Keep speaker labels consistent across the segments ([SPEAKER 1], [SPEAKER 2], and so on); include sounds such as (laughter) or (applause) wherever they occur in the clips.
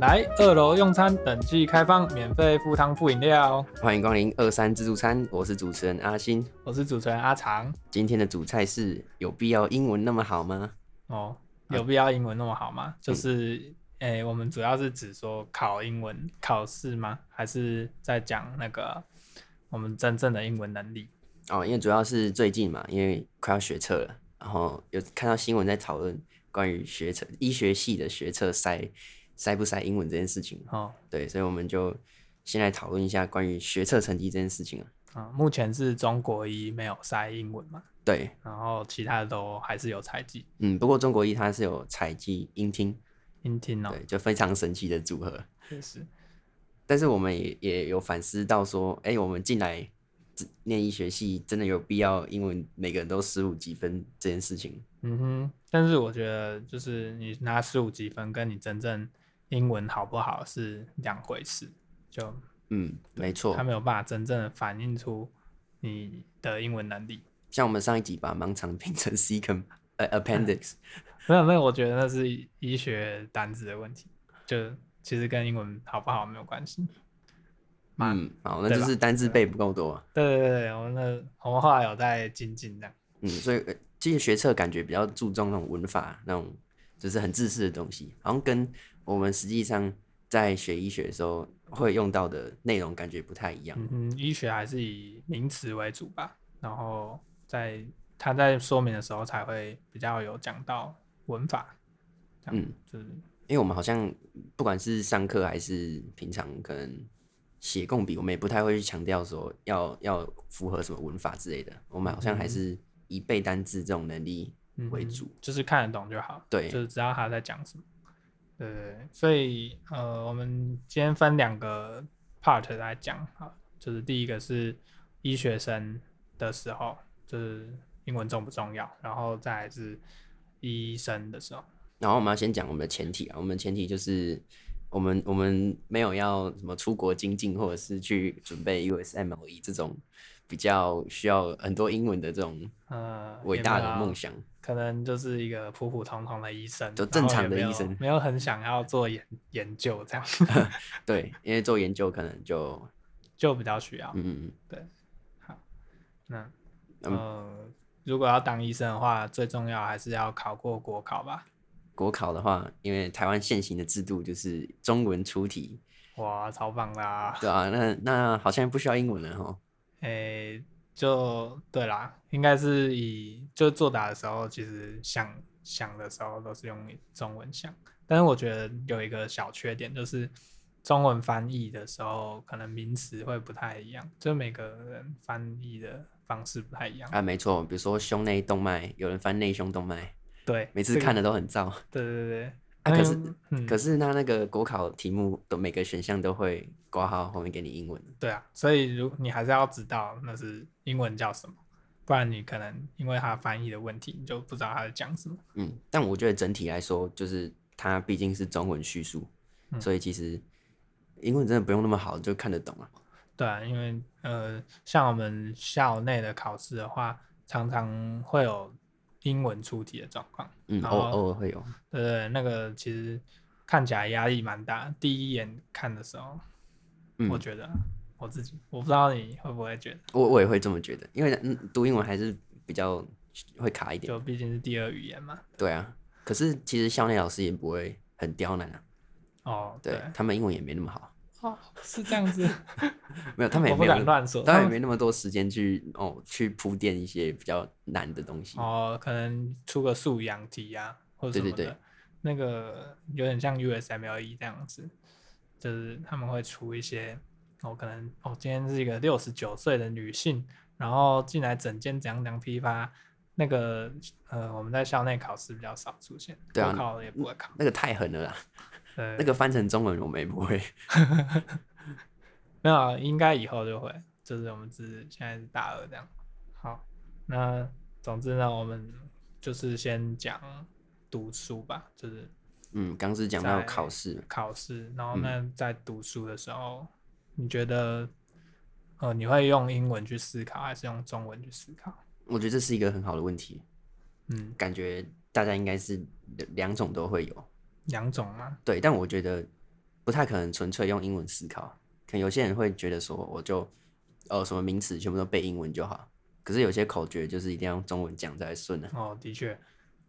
[SPEAKER 1] 来二楼用餐，本季开放，免费附汤附饮料。
[SPEAKER 2] 欢迎光临二三自助餐，我是主持人阿星。
[SPEAKER 1] 我是主持人阿长。
[SPEAKER 2] 今天的主菜是有必要英文那么好吗？
[SPEAKER 1] 哦，有必要英文那么好吗？就是，诶、我们主要是指说考英文考试吗？还是在讲那个我们真正的英文能力？
[SPEAKER 2] 哦，因为主要是最近嘛，因为快要学测了，然后有看到新闻在讨论关于学测医学系的学测塞塞不塞英文这件事情。
[SPEAKER 1] 哦，
[SPEAKER 2] 对，所以我们就先来讨论一下关于学测成绩这件事情啊。
[SPEAKER 1] 啊、目前是中国一没有塞英文嘛，
[SPEAKER 2] 对，
[SPEAKER 1] 然后其他的都还是有采集
[SPEAKER 2] 嗯，不过中国一它是有采集音听，
[SPEAKER 1] 音听哦，
[SPEAKER 2] 对，就非常神奇的组合。
[SPEAKER 1] 确实，
[SPEAKER 2] 但是我们也也有反思到说，哎、我们进来只念医学系，真的有必要英文每个人都十五几分这件事情？
[SPEAKER 1] 嗯哼。但是我觉得就是你拿十五积分跟你真正英文好不好是两回事，就
[SPEAKER 2] 嗯，没错
[SPEAKER 1] 他。没有办法真正的反映出你的英文能力。
[SPEAKER 2] 像我们上一集把盲肠拼成 C com 呃 appendix，
[SPEAKER 1] 没有，没有，我觉得那是医学单字的问题，就其实跟英文好不好没有关系。嘛
[SPEAKER 2] 嗯，好，那
[SPEAKER 1] 对
[SPEAKER 2] 就
[SPEAKER 1] 吧
[SPEAKER 2] 是单字背不够多啊、
[SPEAKER 1] 对对对对，我们的我们后来有在精进的。
[SPEAKER 2] 嗯，所以呃这些学测感觉比较注重那种文法，那种就是很自私的东西，好像跟我们实际上在学医学的时候会用到的内容感觉不太一样。
[SPEAKER 1] 嗯哼，医学还是以名词为主吧，然后在他在说明的时候才会比较有讲到文法。这样
[SPEAKER 2] 嗯，
[SPEAKER 1] 就是
[SPEAKER 2] 因为我们好像不管是上课还是平常，可能写共笔，我们也不太会去强调说要要符合什么文法之类的。我们好像还是以背单字这种能力
[SPEAKER 1] 嗯
[SPEAKER 2] 为
[SPEAKER 1] 哼
[SPEAKER 2] 主。
[SPEAKER 1] 就是看得懂就好，
[SPEAKER 2] 对
[SPEAKER 1] 就是知道他在讲什么。对对对，所以呃，我们今天分两个 part 来讲哈，就是第一个是医学生的时候，就是英文重不重要，然后再来是医生的时候，
[SPEAKER 2] 然后我们要先讲我们的前提啊，我们的前提就是我们我们没有要什么出国精进，或者是去准备 USMLE E 这种比较需要很多英文的这种
[SPEAKER 1] 呃，
[SPEAKER 2] 伟
[SPEAKER 1] 也
[SPEAKER 2] 大
[SPEAKER 1] 没
[SPEAKER 2] 的
[SPEAKER 1] 有
[SPEAKER 2] 梦想。
[SPEAKER 1] 可能就是一个普普通通的医生，
[SPEAKER 2] 就
[SPEAKER 1] 然
[SPEAKER 2] 正
[SPEAKER 1] 后也
[SPEAKER 2] 常的
[SPEAKER 1] 没
[SPEAKER 2] 医
[SPEAKER 1] 有
[SPEAKER 2] 生
[SPEAKER 1] 没有很想要做研研究这样， (laughs)
[SPEAKER 2] 对，因为做研究可能就
[SPEAKER 1] 就比较需要。
[SPEAKER 2] 嗯嗯嗯
[SPEAKER 1] 那
[SPEAKER 2] 嗯
[SPEAKER 1] 呃，如果要当医生的话，最重要还是要考过国考吧。
[SPEAKER 2] 国考的话，因为台湾现行的制度就是中文出题，
[SPEAKER 1] 哇，超棒啦！
[SPEAKER 2] 对啊，那那好像不需要英文了哈。
[SPEAKER 1] 诶、就对啦，应该是以就作答的时候，其实想想的时候都是用中文想，但是我觉得有一个小缺点就是。中文翻译的时候，可能名词会不太一样，就每个人翻译的方式不太一样。
[SPEAKER 2] 啊，没错，比如说胸内动脉，有人翻内胸动脉，
[SPEAKER 1] 对，
[SPEAKER 2] 每次
[SPEAKER 1] 这个
[SPEAKER 2] 看的都很燥。
[SPEAKER 1] 对对对，
[SPEAKER 2] 啊可是
[SPEAKER 1] 嗯嗯
[SPEAKER 2] 可是他那个国考题目的每个选项都会挂号后面给你英文。
[SPEAKER 1] 对啊，所以如你还是要知道那是英文叫什么，不然你可能因为它翻译的问题，你就不知道它在讲什么。
[SPEAKER 2] 嗯，但我觉得整体来说，就是它毕竟是中文叙述，
[SPEAKER 1] 嗯
[SPEAKER 2] 所以其实英文真的不用那么好就看得懂啊。
[SPEAKER 1] 对啊，因为呃，像我们校内的考试的话，常常会有英文出题的状况，
[SPEAKER 2] 嗯，
[SPEAKER 1] 然
[SPEAKER 2] 偶
[SPEAKER 1] 后
[SPEAKER 2] 偶尔会有。
[SPEAKER 1] 对不对？那个其实看起来压力蛮大，第一眼看的时候，
[SPEAKER 2] 嗯
[SPEAKER 1] 我觉得啊我自己，我不知道你会不会觉得，
[SPEAKER 2] 我我也会这么觉得，因为嗯读英文还是比较会卡一点。
[SPEAKER 1] 就毕竟是第二语言嘛。
[SPEAKER 2] 对啊，可是其实校内老师也不会很刁难啊，
[SPEAKER 1] 哦，
[SPEAKER 2] 对他们英文也没那么好，
[SPEAKER 1] 哦，是这样子，
[SPEAKER 2] 没有他们也
[SPEAKER 1] 我不
[SPEAKER 2] 没有
[SPEAKER 1] 敢乱说， (laughs)
[SPEAKER 2] 他们也没那么多时间去哦去铺垫一些比较难的东西。
[SPEAKER 1] 哦，可能出个素养题啊，或者
[SPEAKER 2] 对
[SPEAKER 1] 什
[SPEAKER 2] 对
[SPEAKER 1] 么的，
[SPEAKER 2] 对
[SPEAKER 1] 那个有点像 USMLE E 这样子，就是他们会出一些，哦，可能哦，今天是一个六十九岁的女性，然后进来整间怎样怎样批发，那个呃，我们在校内考试比较少出现，
[SPEAKER 2] 对啊
[SPEAKER 1] 国考也不会考，
[SPEAKER 2] 那个太狠了啦，
[SPEAKER 1] 呃，
[SPEAKER 2] 那个翻成中文我们也不会。
[SPEAKER 1] 没有啊，应该以后就会，就是我们只是现在是大二这样。好，那总之呢，我们就是先讲读书吧，就是
[SPEAKER 2] 嗯，刚是讲到
[SPEAKER 1] 在
[SPEAKER 2] 考试，
[SPEAKER 1] 考试，然后
[SPEAKER 2] 嗯
[SPEAKER 1] 那在读书的时候，你觉得，呃，你会用英文去思考，还是用中文去思考？
[SPEAKER 2] 我觉得这是一个很好的问题，
[SPEAKER 1] 嗯，
[SPEAKER 2] 感觉大家应该是两种都会有。
[SPEAKER 1] 两种吗？
[SPEAKER 2] 对，但我觉得不太可能纯粹用英文思考。可能有些人会觉得说，我就呃什么名词全部都背英文就好，可是有些口诀就是一定要用中文讲才顺啊。
[SPEAKER 1] 哦，的确，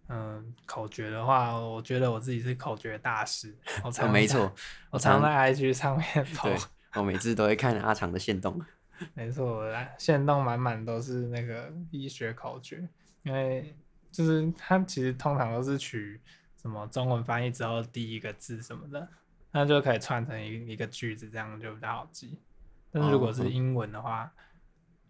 [SPEAKER 1] 嗯，口诀的话，我觉得我自己是口诀大师。我常
[SPEAKER 2] 哦没
[SPEAKER 1] 在
[SPEAKER 2] 错，
[SPEAKER 1] 我常
[SPEAKER 2] 常
[SPEAKER 1] 在 IG 上面跑
[SPEAKER 2] 对，我每次都会看阿长的线动。
[SPEAKER 1] 没错，我来现动满满都是那个医学口诀，因
[SPEAKER 2] 嗯
[SPEAKER 1] 为就是它其实通常都是取什么中文翻译之后第一个字什么的，那就可以串成一一个句子，这样就比较好记。但是如果
[SPEAKER 2] 哦
[SPEAKER 1] 是
[SPEAKER 2] 嗯
[SPEAKER 1] 英文的话，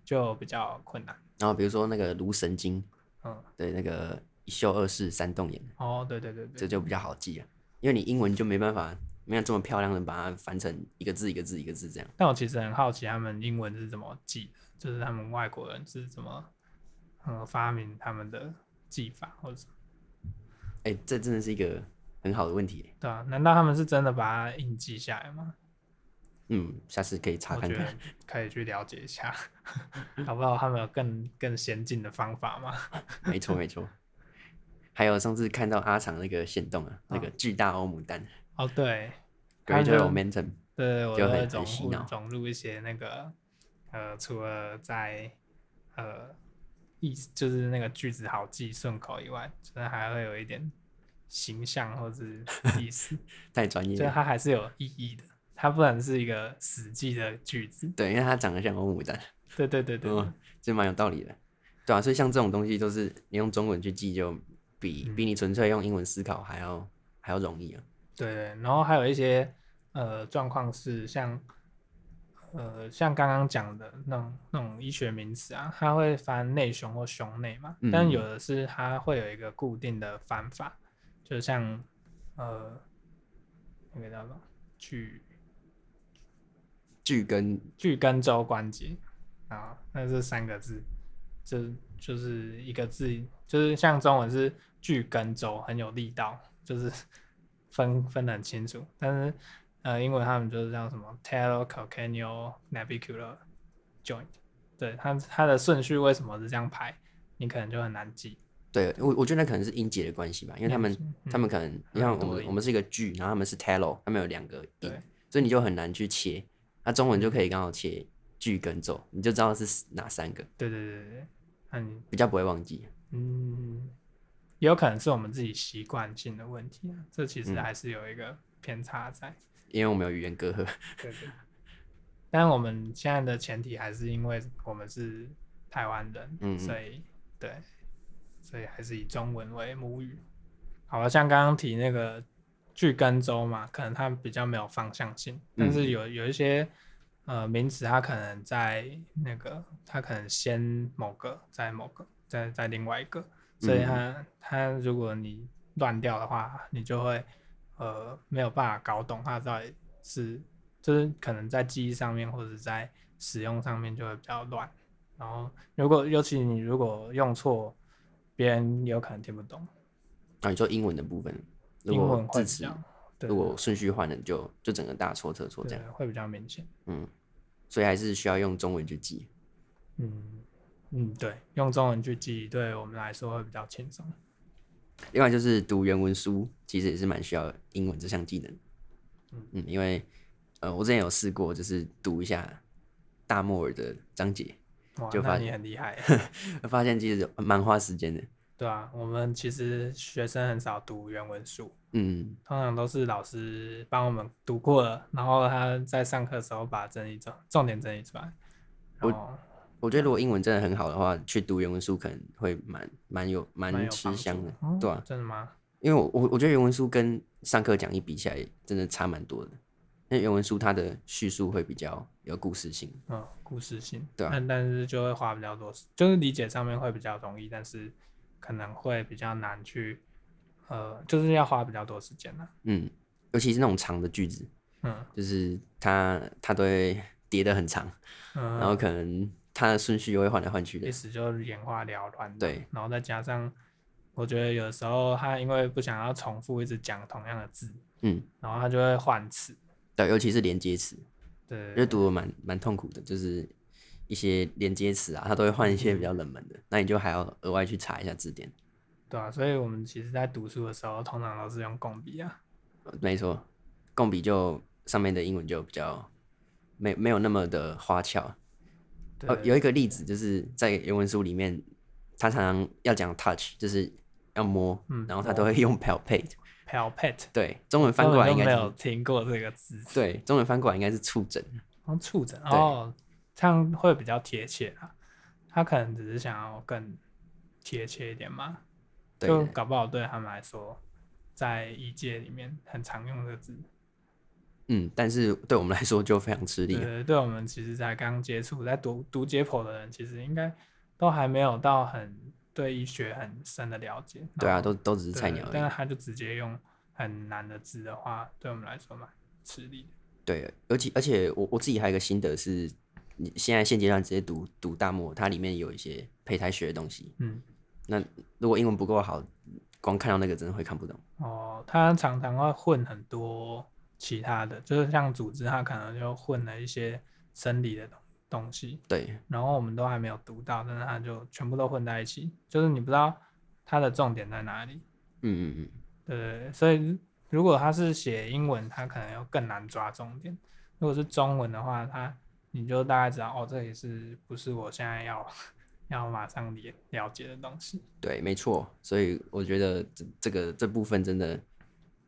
[SPEAKER 1] 就比较困难。
[SPEAKER 2] 然后比如说那个卢神经，
[SPEAKER 1] 嗯，
[SPEAKER 2] 对，那个一秀二世三洞眼，
[SPEAKER 1] 哦，对对对
[SPEAKER 2] 这
[SPEAKER 1] 对，
[SPEAKER 2] 就比较好记啊，因为你英文就没办法没有这么漂亮的把它翻成一个字一个字一个字这样。
[SPEAKER 1] 但我其实很好奇他们英文是怎么记的，就是他们外国人是怎么嗯发明他们的记法，或者什么
[SPEAKER 2] 哎、这真的是一个很好的问题欸。
[SPEAKER 1] 对啊？难道他们是真的把它印记下来吗？
[SPEAKER 2] 嗯，下次可以查
[SPEAKER 1] 我
[SPEAKER 2] 看
[SPEAKER 1] 觉得
[SPEAKER 2] 看。
[SPEAKER 1] 可以去了解一
[SPEAKER 2] (laughs)
[SPEAKER 1] 下，搞不好他们有更更先进的方法嘛？
[SPEAKER 2] 没错没错。还有上次看到阿长那个线动啊，那个巨大欧姆蛋
[SPEAKER 1] 哦，对，啊他
[SPEAKER 2] （Greater
[SPEAKER 1] 就
[SPEAKER 2] Momentum），
[SPEAKER 1] 对，我
[SPEAKER 2] 就
[SPEAKER 1] 都
[SPEAKER 2] 很
[SPEAKER 1] 会
[SPEAKER 2] 很
[SPEAKER 1] 融
[SPEAKER 2] 洗
[SPEAKER 1] 入
[SPEAKER 2] 脑
[SPEAKER 1] 融入一些那个呃，除了在呃意就是那个句子好记顺口以外，就是还会有一点形象或
[SPEAKER 2] (laughs)
[SPEAKER 1] 是意思，
[SPEAKER 2] 太专业
[SPEAKER 1] 就
[SPEAKER 2] 了。
[SPEAKER 1] 它还是有意义的，它不能是一个死记的句子。
[SPEAKER 2] 对，因为它长得像欧姆蛋，
[SPEAKER 1] 对对对啊对，对
[SPEAKER 2] 嗯，这蛮有道理的。对啊，所以像这种东西都是你用中文去记，就
[SPEAKER 1] 嗯
[SPEAKER 2] 比比你纯粹用英文思考还要还要容易啊。
[SPEAKER 1] 对，然后还有一些呃状况是像呃像刚刚讲的那种那种医学名词啊，它会翻内胸或胸内嘛，但
[SPEAKER 2] 嗯
[SPEAKER 1] 有的是它会有一个固定的翻法，就像呃那个叫什么巨
[SPEAKER 2] 句跟
[SPEAKER 1] 巨根周关节啊，那是三个字，就就是一个字，就是像中文是巨根周，很有力道，就是分分得很清楚。但是呃，英文他们就是叫什么 talococcygeal navicular joint，对它它的顺序为什么是这样排，你可能就很难记。
[SPEAKER 2] 对我我觉得那可能是音节的关系吧，因为他们他们可能你看
[SPEAKER 1] 嗯很
[SPEAKER 2] 我
[SPEAKER 1] 多
[SPEAKER 2] 们
[SPEAKER 1] 音
[SPEAKER 2] 我们是一个句，然后他们是 talo，他们有两个音
[SPEAKER 1] 对，
[SPEAKER 2] 所以你就很难去切。那中文就可以刚好切句跟奏，你就知道是哪三个，
[SPEAKER 1] 对对对对对，那你
[SPEAKER 2] 比较不会忘记。
[SPEAKER 1] 嗯，也有可能是我们自己习惯性的问题啊，这其实
[SPEAKER 2] 嗯
[SPEAKER 1] 还是有一个偏差在。
[SPEAKER 2] 因为我们有语言隔阂。
[SPEAKER 1] 对对。但我们现在的前提还是因为我们是台湾人，
[SPEAKER 2] 嗯嗯
[SPEAKER 1] 所以对，所以还是以中文为母语。好了，像刚刚提那个巨根州嘛，可能它比较没有方向性，但是
[SPEAKER 2] 嗯
[SPEAKER 1] 有有一些呃名词，它可能在那个，它可能先某个，在某个，在在另外一个，所以
[SPEAKER 2] 嗯
[SPEAKER 1] 它、它如果你乱掉的话，你就会呃没有办法搞懂它到底是，就是可能在记忆上面或者在使用上面就会比较乱。然后如果尤其你如果用错，别人有可能听不懂，
[SPEAKER 2] 啊，你说英文的部分，如
[SPEAKER 1] 英文
[SPEAKER 2] 果
[SPEAKER 1] 会
[SPEAKER 2] 字
[SPEAKER 1] 比
[SPEAKER 2] 词
[SPEAKER 1] 较，对啊
[SPEAKER 2] 如果顺序换了，就就整个大错特错这
[SPEAKER 1] 对啊
[SPEAKER 2] 样。
[SPEAKER 1] 会比较明显。
[SPEAKER 2] 嗯，所以还是需要用中文去记。
[SPEAKER 1] 嗯嗯，对，用中文去记，对我们来说会比较轻松。
[SPEAKER 2] 另外就是读原文书，其实也是蛮需要英文这项技能。嗯，因为呃，我之前有试过，就是读一下大漠尔的章节，
[SPEAKER 1] 哇
[SPEAKER 2] 就，
[SPEAKER 1] 那
[SPEAKER 2] 发
[SPEAKER 1] 你很厉害
[SPEAKER 2] (laughs)
[SPEAKER 1] 耶，
[SPEAKER 2] 发现其实蛮花时间的。
[SPEAKER 1] 对啊，我们其实学生很少读原文书，
[SPEAKER 2] 嗯，
[SPEAKER 1] 通常都是老师帮我们读过了，然后他在上课的时候把整理重重点整理出来。然后
[SPEAKER 2] 我觉得如果英文真的很好的话，去读原文书可能会蛮蛮有
[SPEAKER 1] 蛮有
[SPEAKER 2] 蛮吃
[SPEAKER 1] 帮
[SPEAKER 2] 香
[SPEAKER 1] 助
[SPEAKER 2] 的，
[SPEAKER 1] 哦
[SPEAKER 2] 对啊，
[SPEAKER 1] 真的吗？
[SPEAKER 2] 因为我我我觉得原文书跟上课讲义比起来，真的差蛮多的。因为原文书它的叙述会比较有故事性，
[SPEAKER 1] 嗯，故事性，
[SPEAKER 2] 对啊
[SPEAKER 1] 但但是就会花比较多时，就是理解上面会比较容易，但是可能会比较难去，呃，就是要花比较多时间了。
[SPEAKER 2] 嗯，尤其是那种长的句子，
[SPEAKER 1] 嗯
[SPEAKER 2] 就是它它都会叠得很长，
[SPEAKER 1] 嗯，
[SPEAKER 2] 然后可能它的顺序又会换来换去的
[SPEAKER 1] 历，史就眼花缭乱。
[SPEAKER 2] 对，
[SPEAKER 1] 然后再加上，我觉得有时候他因为不想要重复一直讲同样的字，
[SPEAKER 2] 嗯，
[SPEAKER 1] 然后他就会换词。
[SPEAKER 2] 对，尤其是连接词，
[SPEAKER 1] 对，
[SPEAKER 2] 就读的蛮蛮痛苦的，就是一些连接词啊，它都会换一些比较冷门的，那你就还要额外去查一下字典，
[SPEAKER 1] 对啊，所以我们其实在读书的时候，通常都是用共笔啊。
[SPEAKER 2] 没错，共笔就上面的英文就比较没没有那么的花俏。
[SPEAKER 1] 对
[SPEAKER 2] 哦，有一个例子就是在原文书里面，他常常要讲 touch，就是要摸，
[SPEAKER 1] 嗯
[SPEAKER 2] 然后他都会用 palpate。
[SPEAKER 1] palpate，
[SPEAKER 2] 对，中文翻
[SPEAKER 1] 根
[SPEAKER 2] 过
[SPEAKER 1] 本
[SPEAKER 2] 来
[SPEAKER 1] 就没
[SPEAKER 2] 应该
[SPEAKER 1] 有
[SPEAKER 2] 是
[SPEAKER 1] 听过这个字，
[SPEAKER 2] 对，中文翻过来应该是触诊。
[SPEAKER 1] 然后触诊
[SPEAKER 2] 对
[SPEAKER 1] 哦，这样会比较贴切啊。他可能只是想要更贴切一点嘛，
[SPEAKER 2] 对
[SPEAKER 1] 就
[SPEAKER 2] 的
[SPEAKER 1] 搞不好对他们来说，在医界里面很常用的字。
[SPEAKER 2] 嗯，但是对我们来说就非常吃力了。
[SPEAKER 1] 对，对我们其实才刚接触，在读读解剖的人，其实应该都还没有到很对医学很深的了解。
[SPEAKER 2] 对
[SPEAKER 1] 然
[SPEAKER 2] 啊，
[SPEAKER 1] 后
[SPEAKER 2] 都都只是
[SPEAKER 1] 对
[SPEAKER 2] 菜鸟而
[SPEAKER 1] 但
[SPEAKER 2] 已
[SPEAKER 1] 是。他就直接用很难的字的话，对我们来说蛮吃力的。
[SPEAKER 2] 对，而且而且我我自己还有一个心得是，你现在现阶段直接读读大漠，它里面有一些胚胎学的东西。
[SPEAKER 1] 嗯，
[SPEAKER 2] 那如果英文不够好，光看到那个真的会看不懂。
[SPEAKER 1] 哦，他常常会混很多其他的，就是像组织，他可能就混了一些生理的东东西，
[SPEAKER 2] 对，
[SPEAKER 1] 然后我们都还没有读到，但是他就全部都混在一起，就是你不知道它的重点在哪里。
[SPEAKER 2] 嗯嗯嗯，
[SPEAKER 1] 对，所以如果他是写英文，他可能要更难抓重点；如果是中文的话，他你就大概知道哦，这里是不是我现在要 (laughs) 要马上了了解的东西。
[SPEAKER 2] 对，没错。所以我觉得这这个这部分真的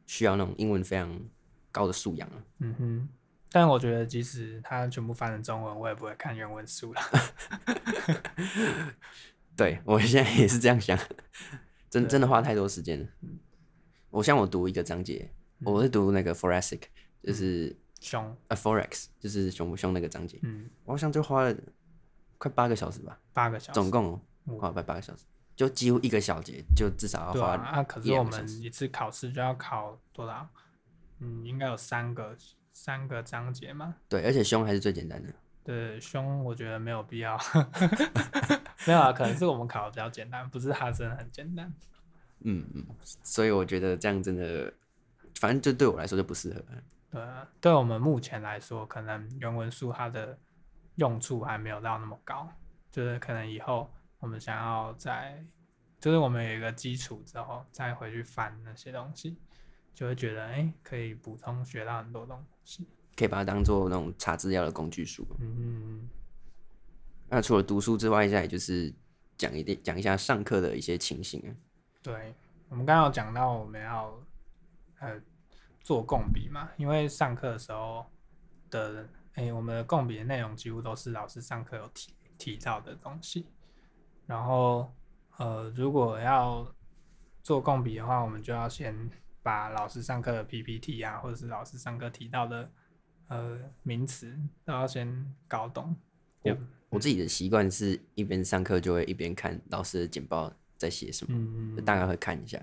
[SPEAKER 2] 需要那种英文非常高的素养啊。
[SPEAKER 1] 嗯哼，但我觉得即使他全部翻成中文，我也不会看原文书啦。 (laughs)
[SPEAKER 2] 对我现在也是这样想， (laughs) 真
[SPEAKER 1] 对
[SPEAKER 2] 真的花太多时间了。我像我读一个章节，
[SPEAKER 1] 嗯
[SPEAKER 2] 我是读那个 forensic，就是
[SPEAKER 1] 凶，
[SPEAKER 2] a forex，就是熊不熊那个章节，
[SPEAKER 1] 嗯，
[SPEAKER 2] 我好像就花了快八个小时吧，
[SPEAKER 1] 八个小时，
[SPEAKER 2] 总共哦
[SPEAKER 1] 嗯
[SPEAKER 2] 花了快八个小时，就几乎一个小节就至少要
[SPEAKER 1] 对啊，
[SPEAKER 2] 花
[SPEAKER 1] 啊，可
[SPEAKER 2] 一
[SPEAKER 1] 是我
[SPEAKER 2] 两个
[SPEAKER 1] 们
[SPEAKER 2] 小时。
[SPEAKER 1] 一次考试就要考多少？嗯，应该有三个三个章节嘛。
[SPEAKER 2] 对，而且凶还是最简单的。
[SPEAKER 1] 对，凶我觉得没有必要， (laughs) 没有啊，可能是我们考的比较简单，不是它真的很简单。
[SPEAKER 2] 嗯嗯，所以我觉得这样真的，反正就对我来说就不适合。
[SPEAKER 1] 对啊，对我们目前来说，可能原文书它的用处还没有到那么高，就是可能以后我们想要在，就是我们有一个基础之后，再回去翻那些东西，就会觉得哎，诶可以补充学到很多东西。
[SPEAKER 2] 可以把它当做那种查资料的工具书。
[SPEAKER 1] 嗯，
[SPEAKER 2] 那除了读书之外，现在也就是讲一点讲一下上课的一些情形啊。
[SPEAKER 1] 对，我们刚刚有讲到我们要呃做共笔嘛，因为上课的时候的哎、我们的共笔的内容几乎都是老师上课有提提到的东西。然后呃，如果要做共笔的话，我们就要先把老师上课的 PPT 啊，或者是老师上课提到的呃名词都要先搞懂。也
[SPEAKER 2] 我自己的习惯是一边上课就会一边看老师的简报在写什么，
[SPEAKER 1] 嗯
[SPEAKER 2] 就，大概会看一下。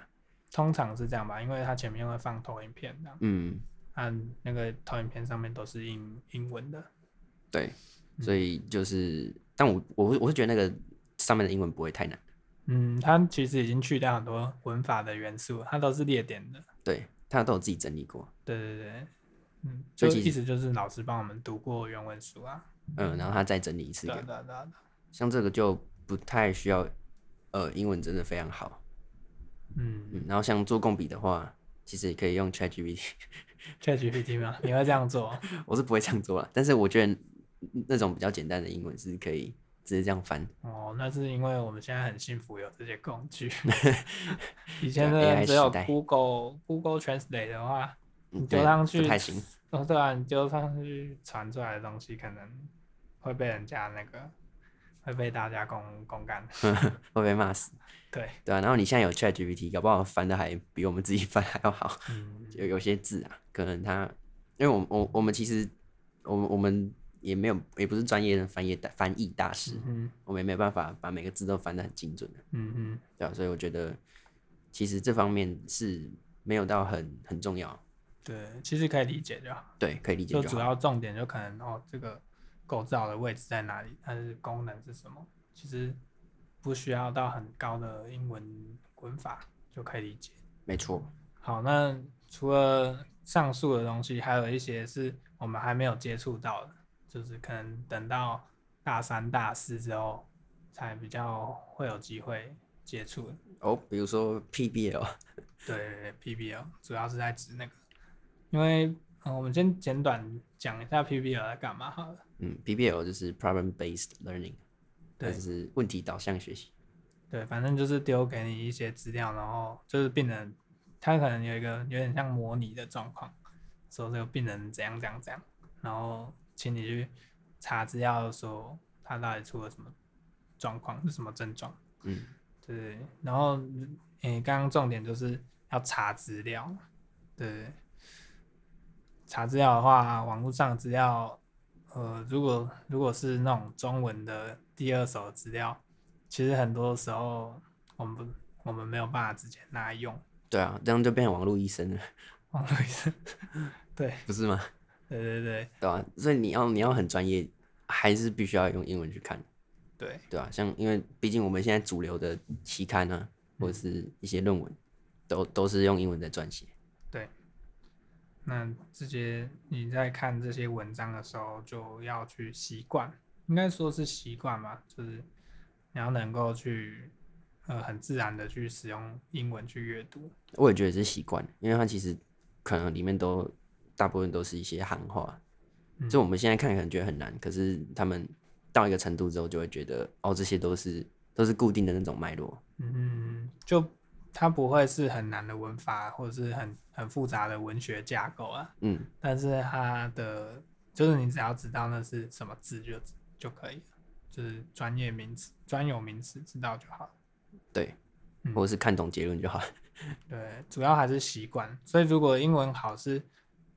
[SPEAKER 1] 通常是这样吧，因为它前面会放投影片这样。
[SPEAKER 2] 嗯，
[SPEAKER 1] 按那个投影片上面都是英英文的，
[SPEAKER 2] 对，所以就是，但我我是我是觉得那个上面的英文不会太难，
[SPEAKER 1] 嗯，它其实已经去掉很多文法的元素，它都是列点的，
[SPEAKER 2] 对，他都有自己整理过，
[SPEAKER 1] 对对对，嗯，
[SPEAKER 2] 所
[SPEAKER 1] 就是
[SPEAKER 2] 以其
[SPEAKER 1] 意
[SPEAKER 2] 实
[SPEAKER 1] 思就是老师帮我们读过原文书啊，
[SPEAKER 2] 嗯，然后他再整理一次
[SPEAKER 1] 对
[SPEAKER 2] 给
[SPEAKER 1] 啊
[SPEAKER 2] 我。
[SPEAKER 1] 对啊对啊，对啊
[SPEAKER 2] 像这个就不太需要，呃，英文真的非常好。
[SPEAKER 1] 嗯
[SPEAKER 2] 嗯，然后像做共笔的话，其实也可以用 ChatGPT。
[SPEAKER 1] ，ChatGPT 吗？你会这样做？ (laughs)
[SPEAKER 2] 我是不会这样做啦，但是我觉得那种比较简单的英文是可以直接这样翻。
[SPEAKER 1] 哦，那是因为我们现在很幸福有这些工
[SPEAKER 2] (laughs)
[SPEAKER 1] 具，以前
[SPEAKER 2] 对啊
[SPEAKER 1] 的
[SPEAKER 2] AI
[SPEAKER 1] 只有
[SPEAKER 2] 时代
[SPEAKER 1] Google Google Translate 的话，
[SPEAKER 2] 嗯
[SPEAKER 1] 你
[SPEAKER 2] 对
[SPEAKER 1] 丢上去
[SPEAKER 2] 不太行。
[SPEAKER 1] 哦，对啊，你丢上去传出来的东西可能会被人家那个，会被大家公公干。
[SPEAKER 2] 会被骂死。
[SPEAKER 1] 对，
[SPEAKER 2] 对啊，然后你现在有 Chat GPT，搞不好翻的还比我们自己 (laughs) 翻还要好。
[SPEAKER 1] 嗯，
[SPEAKER 2] 有有些字啊，可能它，因为我我我们其实，我们我们也没有，也不是专业的翻译大翻译大师，
[SPEAKER 1] 嗯
[SPEAKER 2] 我们也没有办法把每个字都翻得很精准的，
[SPEAKER 1] 嗯嗯，
[SPEAKER 2] 对啊，所以我觉得其实这方面是没有到很很重要，
[SPEAKER 1] 对，其实可以理解就好，
[SPEAKER 2] 对，可以理解
[SPEAKER 1] 就
[SPEAKER 2] 就
[SPEAKER 1] 主
[SPEAKER 2] 好。
[SPEAKER 1] 要重点就可能哦，这个构造的位置在哪里，它是功能是什么，其实不需要到很高的英文文法就可以理解。
[SPEAKER 2] 没错，
[SPEAKER 1] 好，那除了上述的东西，还有一些是我们还没有接触到的，就是可能等到大三、大四之后才比较会有机会接触的。
[SPEAKER 2] 哦，比如说 PBL，
[SPEAKER 1] 对，PBL 主要是在指那个，因为嗯，我们先简短讲一下 PBL 在干嘛好了。
[SPEAKER 2] 嗯，PBL 就是 problem based learning，它
[SPEAKER 1] 对
[SPEAKER 2] 就是问题导向学习。
[SPEAKER 1] 对，反正就是丢给你一些资料，然后就是病人他可能有一个有点像模拟的状况，说这个病人怎样怎样怎样，然后请你去查资料，说他到底出了什么状况，是什么症状。
[SPEAKER 2] 嗯，
[SPEAKER 1] 对，然后诶，刚刚重点就是要查资料，对，查资料的话，网络上的资料，呃，如果如果是那种中文的第二手资料，其实很多时候我们不我们没有办法直接拿来用， (laughs)
[SPEAKER 2] 对啊，这样就变成网络医生了，
[SPEAKER 1] 网络医生，对
[SPEAKER 2] 不是吗？
[SPEAKER 1] (laughs)
[SPEAKER 2] (laughs)
[SPEAKER 1] 对对对
[SPEAKER 2] 对啊，所以你要你要很专业，还是必须要用英文去看，
[SPEAKER 1] 对，
[SPEAKER 2] 对啊，像因为毕竟我们现在主流的期刊啊，或者是一些论文，都都是用英文在撰写。
[SPEAKER 1] 那这些你在看这些文章的时候，就要去习惯，应该说是习惯吧，就是你要能够去呃很自然的去使用英文去阅读。
[SPEAKER 2] 我也觉得是习惯，因为它其实可能里面都大部分都是一些行话，
[SPEAKER 1] 嗯
[SPEAKER 2] 就我们现在看可能觉得很难，可是他们到一个程度之后，就会觉得哦，这些都是都是固定的那种脉络。
[SPEAKER 1] 嗯，就它不会是很难的文法，或者是很很复杂的文学架构啊，
[SPEAKER 2] 嗯，
[SPEAKER 1] 但是它的就是你只要知道那是什么字就就可以了，就是专业名词、专有名词知道就好了。
[SPEAKER 2] 对，
[SPEAKER 1] 嗯
[SPEAKER 2] 或者是看懂结论就好。 (laughs)
[SPEAKER 1] 对，主要还是习惯。所以如果英文好是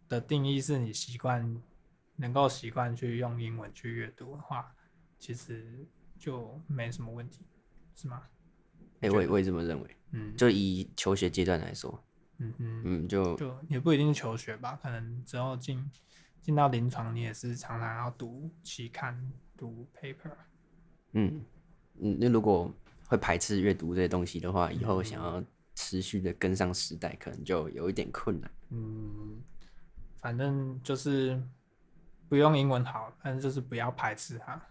[SPEAKER 1] 的定义是你习惯能够习惯去用英文去阅读的话，其实就没什么问题，是吗？
[SPEAKER 2] 哎、我也我也这么认为。
[SPEAKER 1] 嗯
[SPEAKER 2] 就以求学阶段来说，
[SPEAKER 1] 嗯嗯，
[SPEAKER 2] 嗯，就
[SPEAKER 1] 就也不一定是求学吧，可能之后进进到临床，你也是常常要读期刊、读 paper。
[SPEAKER 2] 嗯嗯，那如果会排斥阅读这些东西的话，以后想要持续的跟上时代，可能就有一点困难。
[SPEAKER 1] 嗯，反正就是不用英文好，但是就是不要排斥它，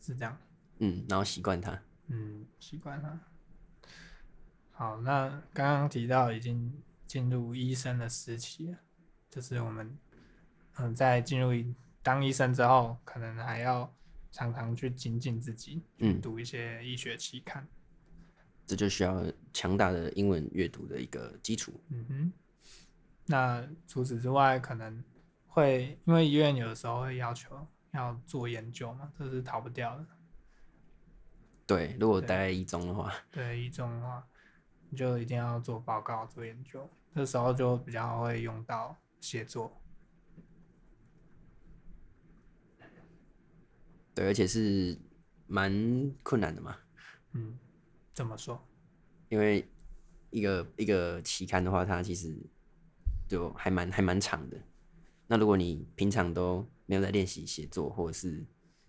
[SPEAKER 1] 是这样。
[SPEAKER 2] 嗯，然后习惯它。
[SPEAKER 1] 嗯，习惯了。好，那刚刚提到已经进入医生的时期了，就是我们嗯，在进入一当医生之后，可能还要常常去精进自己，
[SPEAKER 2] 嗯，
[SPEAKER 1] 读一些医学期刊。
[SPEAKER 2] 这就需要强大的英文阅读的一个基础。
[SPEAKER 1] 嗯哼，那除此之外，可能会因为医院有的时候会要求要做研究嘛，这是逃不掉的。
[SPEAKER 2] 对，如果待在一中的话，
[SPEAKER 1] 对一中的话，你就一定要做报告、做研究，这时候就比较会用到写作。
[SPEAKER 2] 对，而且是蛮困难的嘛，
[SPEAKER 1] 嗯，怎么说？
[SPEAKER 2] 因为一个一个期刊的话，它其实就还蛮还蛮长的。那如果你平常都没有在练习写作，或者是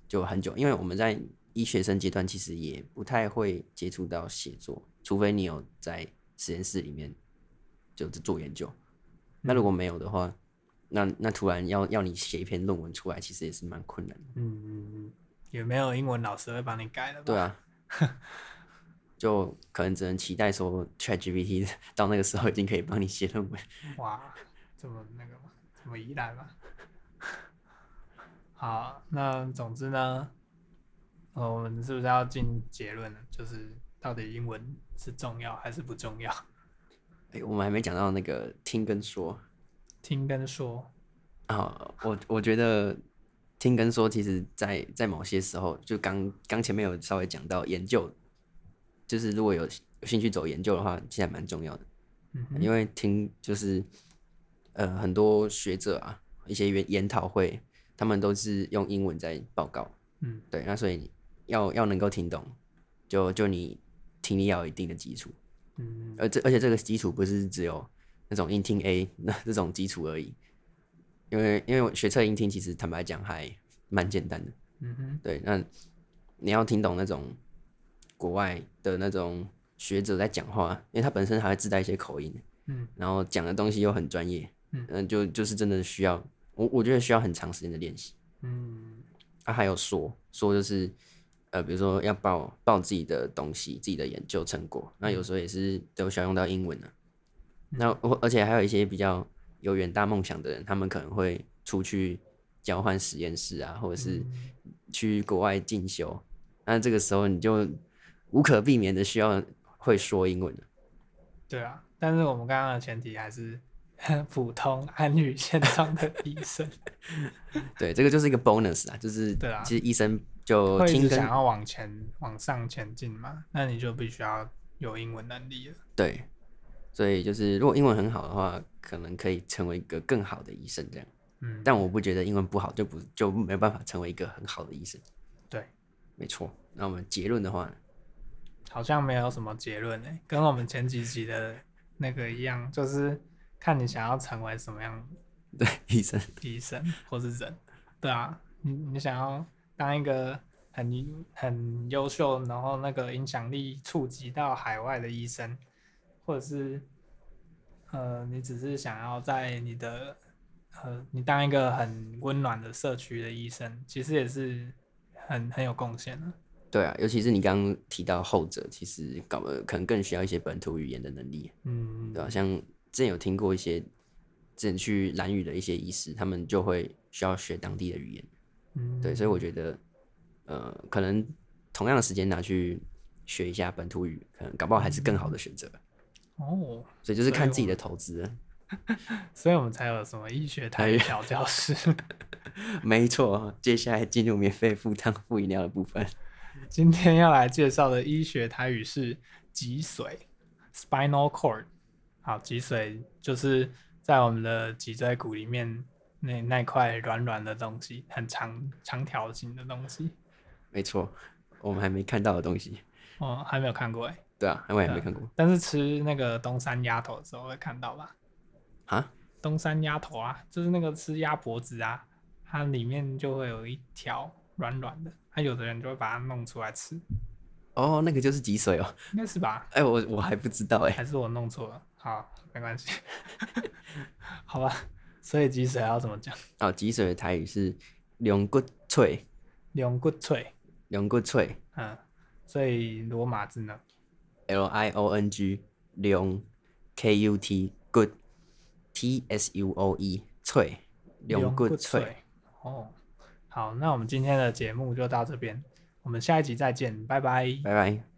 [SPEAKER 2] 就很久，因为我们在医学生阶段其实也不太会接触到写作，除非你有在实验室里面就是做研究。那如果没有的话，那那突然要要你写一篇论文出来，其实也是蛮困难的。
[SPEAKER 1] 嗯，也没有英文老师会帮你改的吧？
[SPEAKER 2] 对啊，就可能只能期待说 ChatGPT (laughs) 到那个时候已经可以帮你写论文。
[SPEAKER 1] 哇，这么那个吗？这么依赖吗？好，那总之呢，呃，我们是不是要进结论了？就是到底英文是重要还是不重要？
[SPEAKER 2] 哎、我们还没讲到那个听跟说
[SPEAKER 1] 听跟说，
[SPEAKER 2] 啊，我我觉得听跟说其实在在某些时候，就刚刚前面有稍微讲到研究，就是如果有有兴趣走研究的话，其实还蛮重要的，
[SPEAKER 1] 嗯哼，
[SPEAKER 2] 因为听就是呃很多学者啊，一些研研讨会，他们都是用英文在报告。
[SPEAKER 1] 嗯
[SPEAKER 2] 对，那所以你要要能够听懂，就就你听力要有一定的基础，
[SPEAKER 1] 嗯
[SPEAKER 2] 而这而且这个基础不是只有那种音听 A (laughs) 那这种基础而已，因为因为我学测音听其实坦白讲还蛮简单的，
[SPEAKER 1] 嗯哼，
[SPEAKER 2] 对，那你要听懂那种国外的那种学者在讲话，因为他本身还会自带一些口音，
[SPEAKER 1] 嗯，
[SPEAKER 2] 然后讲的东西又很专业，
[SPEAKER 1] 嗯
[SPEAKER 2] 嗯，就就是真的需要我我觉得需要很长时间的练习。
[SPEAKER 1] 嗯
[SPEAKER 2] 啊，还有说说就是，呃，比如说要报报自己的东西、自己的研
[SPEAKER 1] 嗯
[SPEAKER 2] 啊究成果，那有时候也是都需要用到英文的、那我而且还有一些比较有远大梦想的人，他们可能会出去交换实验室啊，或者是
[SPEAKER 1] 嗯
[SPEAKER 2] 去国外进修。那这个时候你就无可避免的需要会说英文了。
[SPEAKER 1] 对啊，但是我们刚刚的前提还是普通安于现状的医
[SPEAKER 2] (laughs)
[SPEAKER 1] 生，
[SPEAKER 2] 对，这个就是一个 bonus 啊，就是
[SPEAKER 1] 对啊
[SPEAKER 2] 其实医生就
[SPEAKER 1] 会一
[SPEAKER 2] 听
[SPEAKER 1] 直
[SPEAKER 2] 跟
[SPEAKER 1] 想要往前往上前进嘛，那你就必须要有英文能力了。
[SPEAKER 2] 对，所以就是如果英文很好的话，可能可以成为一个更好的医生这样。
[SPEAKER 1] 嗯，
[SPEAKER 2] 但我不觉得英文不好就不就没办法成为一个很好的医生。
[SPEAKER 1] 对，
[SPEAKER 2] 没错。那我们结论的话呢，
[SPEAKER 1] 好像没有什么结论诶、跟我们前几集的那个一样，就是看你想要成为什么样
[SPEAKER 2] 对 (laughs) 医生，
[SPEAKER 1] 的医生 (laughs) 或是人。对啊，你你想要当一个很很优秀，然后那个影响力触及到海外的医生，或者是呃，你只是想要在你的呃，你当一个很温暖的社区的医生，其实也是很很有贡献的。
[SPEAKER 2] 对啊，尤其是你刚刚提到后者，其实搞得可能更需要一些本土语言的能力，
[SPEAKER 1] 嗯，
[SPEAKER 2] 对啊吧、像之前有听过一些之前去蓝语的一些医师，他们就会需要学当地的语言。
[SPEAKER 1] 嗯
[SPEAKER 2] 对，所以我觉得，呃，可能同样的时间拿去学一下本土语，可能搞不好还是更好的选择。
[SPEAKER 1] 哦，
[SPEAKER 2] 所以就
[SPEAKER 1] 所
[SPEAKER 2] 是
[SPEAKER 1] 以
[SPEAKER 2] 看自己
[SPEAKER 1] 我
[SPEAKER 2] 的投资了， (laughs)
[SPEAKER 1] 所以我们才有什么医学台
[SPEAKER 2] 哎
[SPEAKER 1] 语
[SPEAKER 2] 呀
[SPEAKER 1] 小教室。
[SPEAKER 2] 没错。接下来进入免费附汤附饮料的部分。
[SPEAKER 1] 今天要来介绍的医学台语是脊髓 （spinal cord）。好，脊髓就是在我们的脊椎骨里面那那块软软的东西，很长长条形的东西。
[SPEAKER 2] 没错，我们还没看到的东西。
[SPEAKER 1] 哦，还没有看过哎，
[SPEAKER 2] 对啊，我也
[SPEAKER 1] 对啊
[SPEAKER 2] 没看过
[SPEAKER 1] 但是吃那个东山鸭头的时候会看到吧？
[SPEAKER 2] 啊。
[SPEAKER 1] 东山鸭头啊，就是那个吃鸭脖子啊，它里面就会有一条软软的，它有的人就会把它弄出来吃，
[SPEAKER 2] 哦，那个就是脊髓哦。
[SPEAKER 1] 应该是吧？
[SPEAKER 2] 哎、我我还不知道哎、
[SPEAKER 1] 还是我弄错了？好，没关系， (laughs) 好吧。所以脊髓要怎么讲？
[SPEAKER 2] 哦，脊髓的台语是龙骨脆，
[SPEAKER 1] 龙骨脆，
[SPEAKER 2] 龙骨脆
[SPEAKER 1] 嗯，所以罗马字呢？
[SPEAKER 2] ，L I O N G，龙 K U T good T S U O E 脆，龙骨脆。。
[SPEAKER 1] 哦，好，那我们今天的节目就到这边，我们下一集再见，拜拜。
[SPEAKER 2] 拜拜。